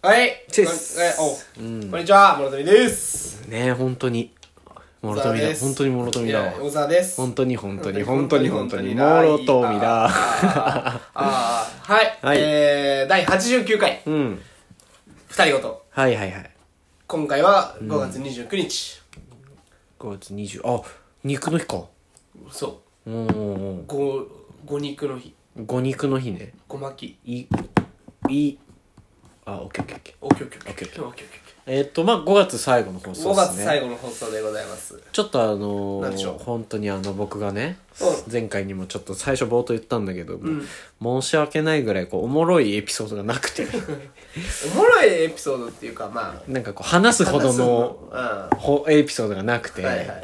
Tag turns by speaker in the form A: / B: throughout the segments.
A: はい。
B: チェ
A: こ
B: ス
A: んえおこんにちは、諸富です。
B: ねえ本当にもろとみ
A: 小沢
B: だ
A: です
B: 本当にもろとみだわ
A: いや小沢です。
B: 本当に本当に
A: 本
B: 本
A: 当
B: 当
A: に
B: に本当にも
A: 本当に
B: ろとみだ
A: ああ、はい。
B: はい
A: えー、第89回、
B: うん
A: 二人ごと。
B: はいはいはい
A: 今回は5月29日。
B: 5月20あ肉の日か
A: そ
B: うんうんう
A: う。
B: ん
A: ご、ご肉の日。
B: 五肉の日ね
A: ごまき。
B: いいあオッケーオッケーオッ
A: おきおきお
B: ケー
A: きおきおきおき
B: えーっとまあ5月最後の放送
A: 5
B: です
A: 月
B: ね
A: 最後の放送でございます。
B: ちょっとあの
A: なんでしょ
B: ー、
A: う
B: 本当にあの僕がね、
A: う
B: 前回にもちょっと最初冒頭言ったんだけども、申し訳ないぐらいこうおもろいエピソードがな くて
A: おもろいエピソードっていうか、まあ、
B: なんかこう話すほど
A: 話す
B: の
A: うん。は
B: ほエピソードがなくて、
A: いはいはい。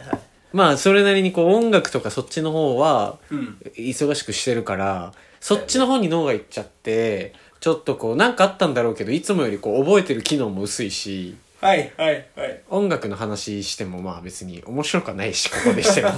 B: まあそれなりにこう音楽とかそっちの方は
A: うん
B: 忙しくしてるから、そっちの方に脳がいっちゃってちょっとこうなんかあったんだろうけどいつもよりこう覚えてる機能も薄いし
A: はいはいはい。
B: 音楽の話してもまあ別に面白くはないしここ でしても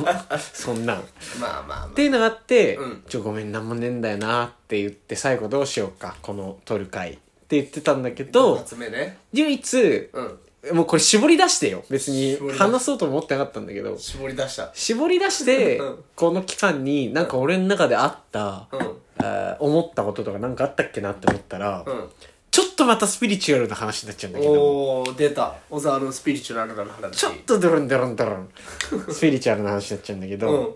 B: そんなん。
A: まあまあま
B: っていうのがあって、
A: うん
B: ちょごめんなんもねえんだよなって言って最後どうしようかこの撮る回って言ってたんだけ
A: あ。
B: ど
A: 一発目ね。
B: 唯一
A: うん。
B: もうこれ絞り出してよ別に
A: 絞り出す
B: 話そうと思ってなかったんだけど
A: 絞り出した。
B: 絞り出して
A: うん
B: この期間になんか俺の中であった、
A: うん。
B: あー思ったこととかなんかあったっけなって思ったら、
A: うん。
B: ちょっとまたスピリチュアルな話になっちゃうんだけど
A: おー、出た。小沢のスピリチュアルな話。
B: ちょっとドロンドロンドロ ンスピリチュアルな話になっちゃうんだけど、
A: うん。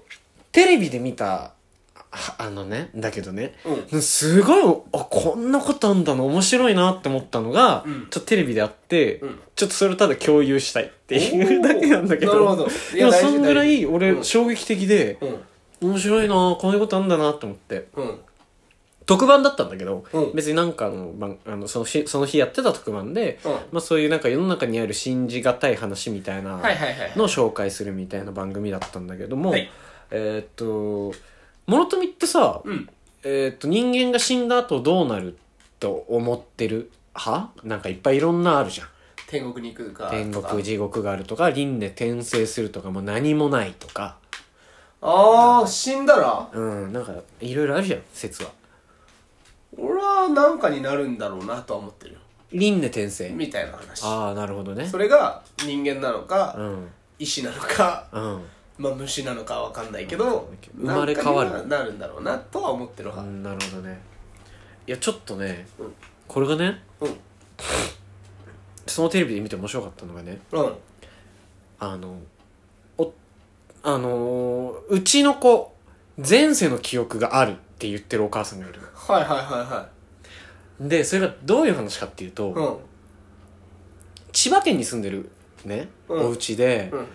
B: テレビで見たああのねだけどね、
A: う
B: すごいあこんなことあんだな面白いなって思ったのが、
A: うん
B: ちょっとテレビであって、
A: うん
B: ちょっとそれをただ共有したいっていう
A: おー
B: だけなんだけど
A: なるほどいや
B: でも
A: 大事
B: そんぐらい
A: 大事う
B: 俺
A: ん
B: 衝撃的で、
A: うん。
B: 面白いなこういうことあんだなと思って
A: うん。
B: 特番だったんだけど、
A: うん
B: 別になんかの番あのその日その日やってた特番で、
A: うん
B: まあ、そういうなんか世の中にある信じがたい話みたいな、
A: はいはいはい。
B: の紹介するみたいな番組だったんだけども、
A: はい
B: えーっと諸富ってさ、
A: うん。
B: えーっと人間が死んだ後どうなると思ってる派なんかいっぱいいろんなあるじゃん
A: 天国に行くか。
B: 天
A: とか
B: 国地獄があるとか輪廻転生するとかもう何もないとか
A: あー、死んだら、
B: うんなんかいろいろあるじゃん説は
A: 俺はなんかになるんだろうなとは思ってるよ。
B: 輪廻転生
A: みたいな話。
B: ああなるほどね
A: それが人間なのか、
B: うん
A: 石なのか、
B: うん
A: まあ虫なのかわかんないけど、
B: 生まれ変わる
A: なんかにはなるんだろうなとは思ってる
B: う
A: 派。
B: んなるほどねいやちょっとね、
A: うん
B: これがね
A: うん。
B: そのテレビで見て面白かったのがね
A: うん。
B: あの、お、あのーうちの子、前世の記憶があるって言ってるお母さんがいる
A: はいはいは
B: の。で、それがどういう話かっていうと、
A: いはい。
B: 千葉県に住んでるね、
A: うん
B: お家で、
A: うん。うん。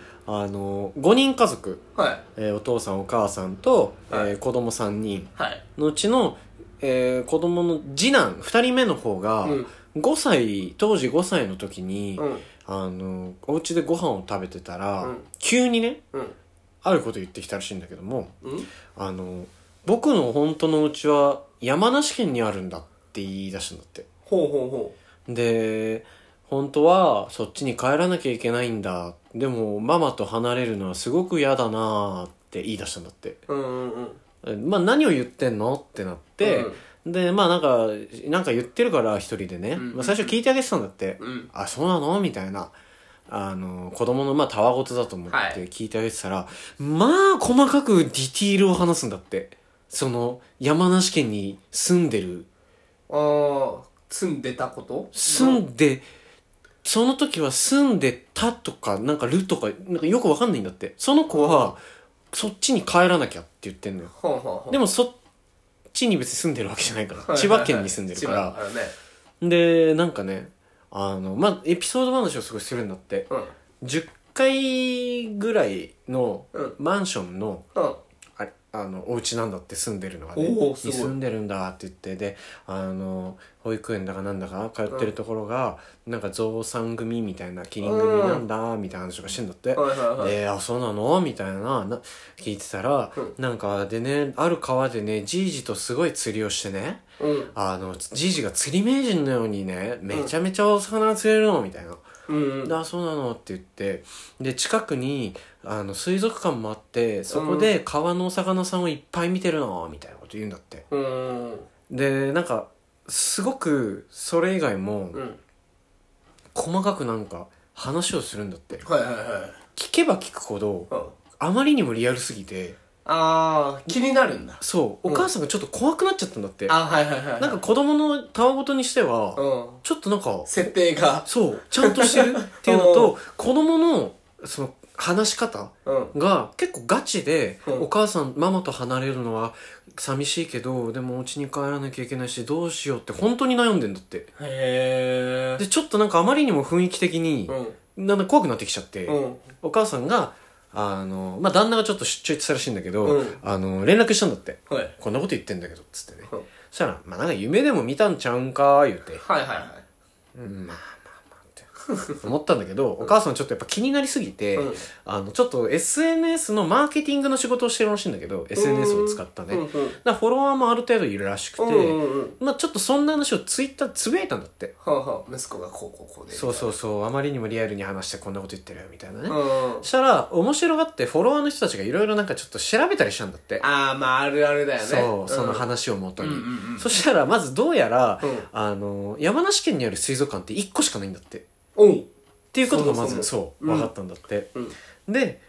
B: あのー、5人家族、
A: はい。
B: えーお父さんお母さんと、
A: は
B: え
A: い
B: ー子供3人
A: はい。
B: のうちの、えー子供の次男2人目の方が、
A: うん
B: 5歳、当時5歳の時に、
A: うん。
B: あのーお家でご飯を食べてたら、
A: うん
B: 急にね、
A: うん。
B: あること言ってきたらしいんだけども、
A: うん
B: あの僕の本当のうちは山梨県にあるんだって言い出したんだって
A: ほうほうほ
B: で本当はそっちに帰らなきゃいけないんだでもママと離れるのはすごく嫌だなーって言い出したんだって
A: う。うんうんうん。
B: えまあ何を言ってんのってなって、でまあなんかなんか言ってるから一人でね、
A: うん
B: まあ、最初聞いてあげてたんだって、
A: うん。うん。
B: あそうなのみたいなあの子供のまあたわごとだと思っ
A: はい
B: て聞いてあげてたら、まあ細かくディティールを話すんだってその山梨県に住んでる
A: ああ、住んでたこと
B: 住んで、その時は住んでたとかなんかるとかなんかよくわかんないんだってその子はそっちに帰らなきゃって言ってんのよ
A: ほんほんほん
B: でもそっちに別に住んでるわけじゃないから千葉県に住んでるか
A: はいはい
B: ら
A: はい千
B: でなんかねあのまあエピソード話をすごいするんだって
A: 葉からね。
B: 10階ぐらいの
A: うん
B: マンションの
A: うん。うん。
B: ああのお家なんだって住んでるのがね
A: お
B: に
A: ーすごい
B: 住んでるんだって言ってであの保育園だかなんだか通ってるところが、なんかゾウさん組みたいなキリン組なんだみたいな話とかしてんだって。
A: はいはいはい。
B: で「あそうなの?」みたいなな聞いてたら、
A: うん
B: なんかでねある川でねじいじとすごい釣りをしてね
A: うん。
B: あのじいじが釣り名人のようにねめちゃめちゃお魚釣れるのみたいな
A: うんうん。
B: あそうなのって言ってで近くにあの水族館もあってそこで川のお魚さんをいっぱい見てるのみたいなこと言うんだって
A: うん。
B: でなんかすごくそれ以外も
A: うん。
B: 細かくなんか話をするんだって
A: はいはいはい
B: 聞けば聞くほど
A: うん
B: あまりにもリアルすぎて
A: あー気になるんだ
B: そうお母さんがちょっと怖くなっちゃったんだって、
A: あはいはいはい
B: なんか子供のたわごとにしては、
A: うん
B: ちょっとなんか
A: 設定が
B: そうちゃんとしてるっていうのと子供のその話し方
A: うん
B: が結構ガチで、
A: うん
B: お母さんママと離れるのは寂しいけどでもお家に帰らなきゃいけないしどうしようって本当に悩んでんだって
A: へ
B: でちょっとなんかあまりにも雰囲気的に
A: う、ん
B: なんだん怖くなってきちゃって、
A: うん
B: お母さんがあの、まあ、旦那がちょっと出張行ってたらしいんだけど、
A: うん
B: あの連絡したんだって
A: はい
B: こんなこと言ってんだけどっつってね、
A: うん
B: そしたら「まあ、なんか夢でも見たんちゃうんか」言うて
A: はいはいはい
B: うんまあまあまあ って思ったんだけど、お母さんちょっとやっぱ気になりすぎて、
A: うん
B: あのちょっと SNS のマーケティングの仕事をしてるらしいんだけど SNS を使ったね、
A: うんうん
B: だからフォロワーもある程度いるらしくて、
A: うんうんうん
B: まあ、ちょっとそんな話をツイッターつぶやいたんだって、
A: はあはあ息子がこうこうこうで
B: そうそううそうあまりにもリアルに話してこんなこと言ってるよみたいなね、
A: うん
B: したら面白がってフォロワーの人たちがいろいろなんかちょっと調べたりしたんだって
A: ああまああるあるだよね
B: そう、
A: ん
B: その話をもとに、
A: うんうんうん
B: そしたらまずどうやら、
A: うん
B: あの山梨県にある水族館って1個しかないんだってっ
A: おう
B: ていうことがまずそう
A: そうん
B: 分かったんだって、
A: うん
B: で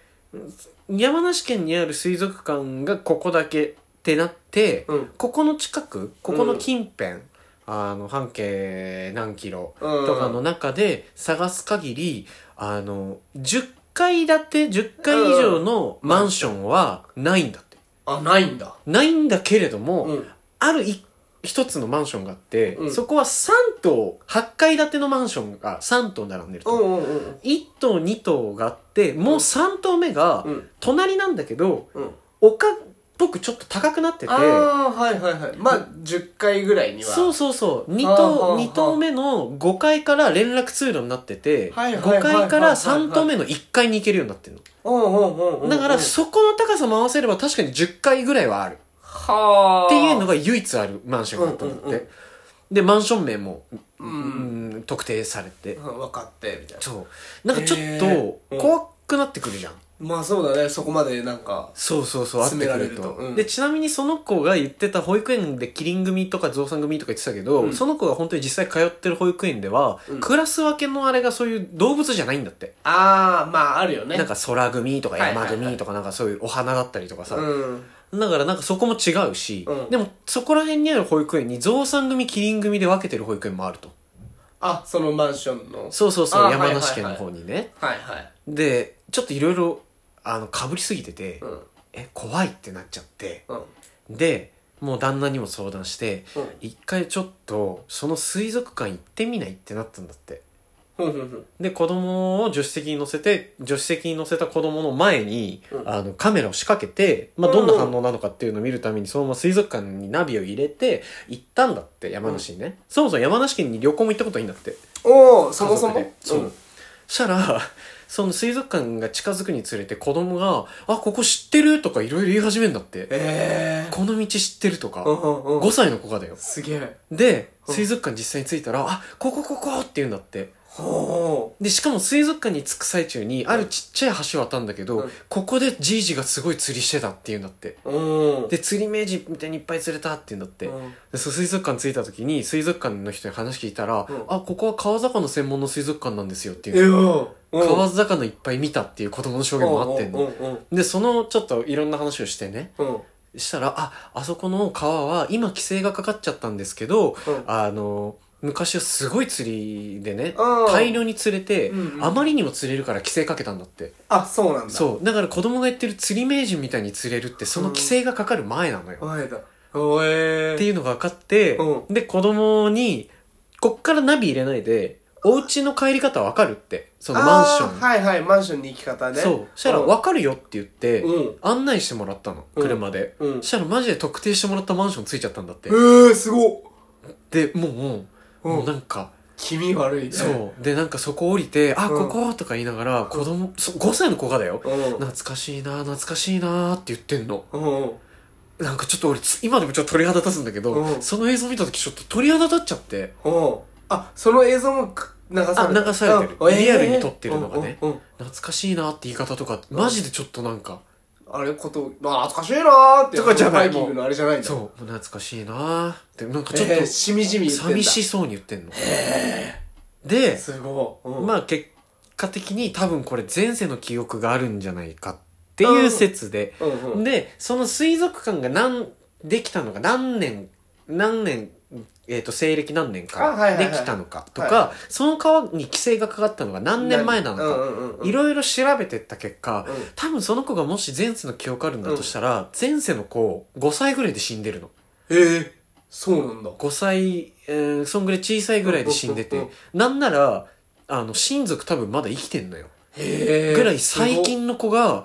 B: 山梨県にある水族館がここだけってなって、
A: うん
B: ここの近くここの近辺、あの半径何キロとかの中で探す限り、あの10階建て10階以上のマンションはないんだって。
A: あないんだ
B: ないんだけれども、
A: うん
B: あるい一つのマンションがあって、
A: うん
B: そこは3棟、8階建てのマンションが3棟並んでる
A: う
B: と。
A: んうんうん
B: 1棟、2棟があって、もう3棟目が
A: うん、
B: 隣なんだけど、
A: うん
B: 丘っぽくちょっと高くなってて、
A: ああはいはいはいまあ10回ぐらいには
B: そうそうそう、2
A: はあはあは
B: 棟、
A: あ
B: 二棟目の5階から連絡通路になってて、
A: はいはい
B: 5階から
A: はいはいはい
B: 3棟目の1階に行けるようになってるの。
A: うんうんうんうん
B: だから、
A: うん
B: そこの高さも合わせれば確かに10階ぐらいはある。
A: はあ
B: っていうのが唯一あるマンションだったんだって、
A: うんうんうん
B: でマンション名も、
A: うん
B: うん特定されて、
A: うん分かってみたいな
B: そうなんかちょっ
A: へ
B: と
A: ーうん
B: 怖くなってくるじゃん、
A: まあそうだねそこまでなんか
B: そうそうそう会っ
A: 詰め
B: てくると
A: られるとうん
B: でちなみにその子が言ってた保育園でキリン組とかゾウさん組とか言ってたけど、
A: うん
B: その子が本当に実際通ってる保育園では、
A: うん
B: クラス分けのあれがそういう動物じゃないんだって、
A: ああまああるよね
B: なんか空組とか
A: はいはいは
B: 山
A: い
B: 組とかなんかそういうお花だったりとかさ、
A: うん
B: だからなんかそこも違うし、
A: うん
B: でもそこら辺にある保育園にゾウさん組キリン組で分けてる保育園もあると
A: あそのマンションの
B: そうそうそ
A: あ
B: う
A: ー
B: 山梨県の方にね、
A: はいはい
B: でちょっといろいろあのかぶりすぎてて、
A: うん
B: え怖いってなっちゃって
A: うん
B: でもう旦那にも相談して、
A: うん
B: 一回ちょっとその水族館行ってみないってなったんだって
A: ふんふんふん
B: で子供を助手席に乗せて助手席に乗せた子供の前に、
A: うん
B: あのカメラを仕掛けて、まあ、どんな反応なのかっていうのを見るためにそのまま水族館にナビを入れて行ったんだって山梨にね、そもそも山梨県に旅行も行ったことないんだって
A: おおそもそ
B: 家族
A: も
B: でそう、したらその水族館が近づくにつれて子供が「あここ知ってる?」とかいろいろ言い始めるんだって
A: ええ
B: 「この道知ってる?」とか、
A: うんうんう
B: 5
A: ん
B: 歳の子がだよ
A: すげえ
B: で
A: うん
B: 水族館実際に着いたら「あここここ!」って言うんだって
A: ほ
B: でしかも水族館に着く最中にあるちっちゃい橋渡んだけど、
A: うん
B: ここでじいじがすごい釣りしてたって言うんだって
A: ううん
B: で釣り名人みたいにいっぱい釣れたって言うんだって、
A: うん
B: でそう水族館着いた時に水族館の人に話聞いたら「
A: うん
B: あここは川魚の専門の水族館なんですよ」っていう
A: えよ
B: 川魚いっぱい見たっていう子供の証言もあってん
A: うん
B: の。
A: うんうん
B: で、そのちょっといろんな話をしてね。
A: うんうん
B: したら、あ、あそこの川は今規制がかかっちゃったんですけど、あの、昔はすごい釣りでね、
A: うん
B: 大量に釣れて、
A: うんうん
B: あまりにも釣れるから規制かけたんだって。
A: あそうなんだ
B: そう。だから子供が言ってる釣り名人みたいに釣れるって、その規制がかかる前なのよ。
A: 前だおえ
B: っていうのが分かって、
A: う
B: で、子供に、こっからナビ入れないで、お家の帰り方わかるって。そのマンション。
A: はいはいマンションに行き方ね
B: そう。そしたら、
A: うん
B: わかるよって言って、
A: うん
B: 案内してもらったの、
A: うん
B: 車で。
A: うん
B: そしたら、マジで特定してもらったマンションついちゃったんだって。
A: ええすごっ
B: で、もう、もう
A: うん
B: もうなんか、
A: 気味悪いね
B: そう。で、なんかそこ降りて、あ、
A: う
B: こ
A: ん
B: ことか言いながら、子供、そ5歳の子がだよ。
A: うん
B: 懐かしいな懐かしいなって言ってんの。
A: うんうん
B: なんかちょっと俺、つ今でもちょっと鳥肌立つんだけど、
A: うん
B: その映像見た時ちょっと鳥肌立っちゃって、
A: うんあその映像もく流されて
B: あ流されてる
A: うんええ
B: リアルに撮ってるのがね
A: うんうんうん
B: 懐かしいなって言い方とか、マジでちょっとなんか、
A: あれことあ懐かしいなーって
B: とかじゃない
A: バイキングのあれじゃないんだ
B: そう、もう懐かしいなって、なんか
A: ち
B: ち
A: ょ
B: ょ
A: っ
B: っ
A: と、
B: と、
A: しみじみ言ってんだ
B: 寂しそうに言ってんの。で、
A: すごい。うん
B: まあ結果的に多分これ前世の記憶があるんじゃないかっていう説で、
A: うんうん
B: で、その水族館が何、できたのか、何年、何年、えっ、と、西暦何年
A: あはい
B: か
A: はいは
B: で
A: い
B: きたのかとか、
A: は
B: その川に規制がかかったのが何年前なの
A: う
B: か、
A: んうんうんうん
B: いろいろ調べてった結果、
A: うん
B: 多分その子がもし前世の記憶あるんだとしたら、前世の子、5歳ぐらいで死んでるの。
A: ええそうなんだ。
B: 5歳、えーそんぐらい小さいぐらいで死んで
A: うんうん
B: て
A: う、
B: なんなら、あの、親族多分まだ生きてんのよ。
A: へえ。
B: ぐらい最近の子が、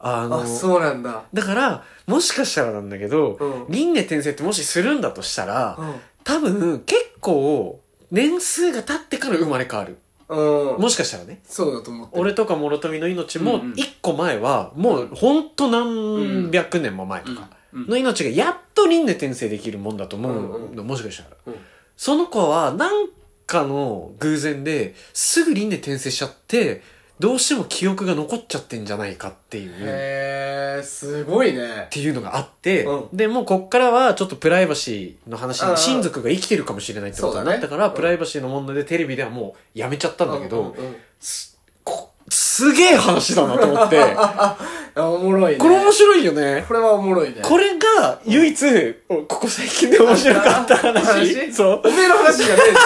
B: あ
A: す
B: の
A: ごい。あ、、そうなんだ。
B: だから、もしかしたらなんだけど、
A: うん
B: 輪廻転生ってもしするんだとしたら、
A: う
B: 多分結構、年数が経ってから生まれ変わる。
A: ん。うん。
B: もしかしたらね。
A: そうだと思ってる。
B: 俺とか諸富の命
A: う
B: も
A: んうん、
B: 一個前は、もうほんと何百年も前とか、
A: うんうん
B: の命がやっと輪廻転生できるもんだと思うの、
A: うん
B: もしかしたら。
A: うん
B: その子は、なんかの偶然で、すぐ輪廻転生しちゃって、どうしても記憶が残っちゃってんじゃないかっていう。
A: へえ、すごいね
B: っ。ていうのがあって、
A: う
B: で、もうこっからはちょっとプライバシーの話
A: うんう
B: に
A: ん
B: 親族が生きてるかもしれないってこと
A: そう
B: に
A: だね
B: なったから、
A: うん
B: プライバシーの問題でテレビではもうやめちゃったんだけ
A: う
B: ど、
A: んうんうん
B: すこすげえ話だなと思って、
A: あおもろいね。
B: これ面白いよね。
A: これはおもろいね。
B: これが唯一、ここ最近で面白かっ た
A: あ
B: 話。
A: 話
B: そう
A: おめえの話じゃねえんだ。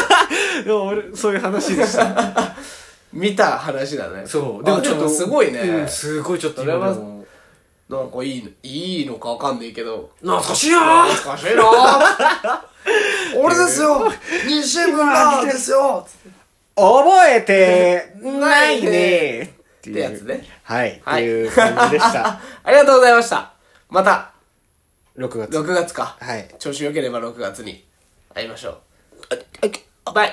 B: でも俺、そういう話でした。
A: 見た話だね。
B: そう。
A: でもちょっとすごいね。
B: うんすごいちょっと今でも。
A: なんかいいの、いいのかわかんないけど。
B: 懐かしいな
A: 懐かしいな 俺ですよ西村兄貴ですよ
B: 覚え てないねって
A: ってやつね。
B: はい。って
A: はい
B: いう感じでした。
A: ありがとうございました。また、
B: 6月。
A: 6月か。
B: はい。
A: 調子良ければ6月に会いましょう。バイ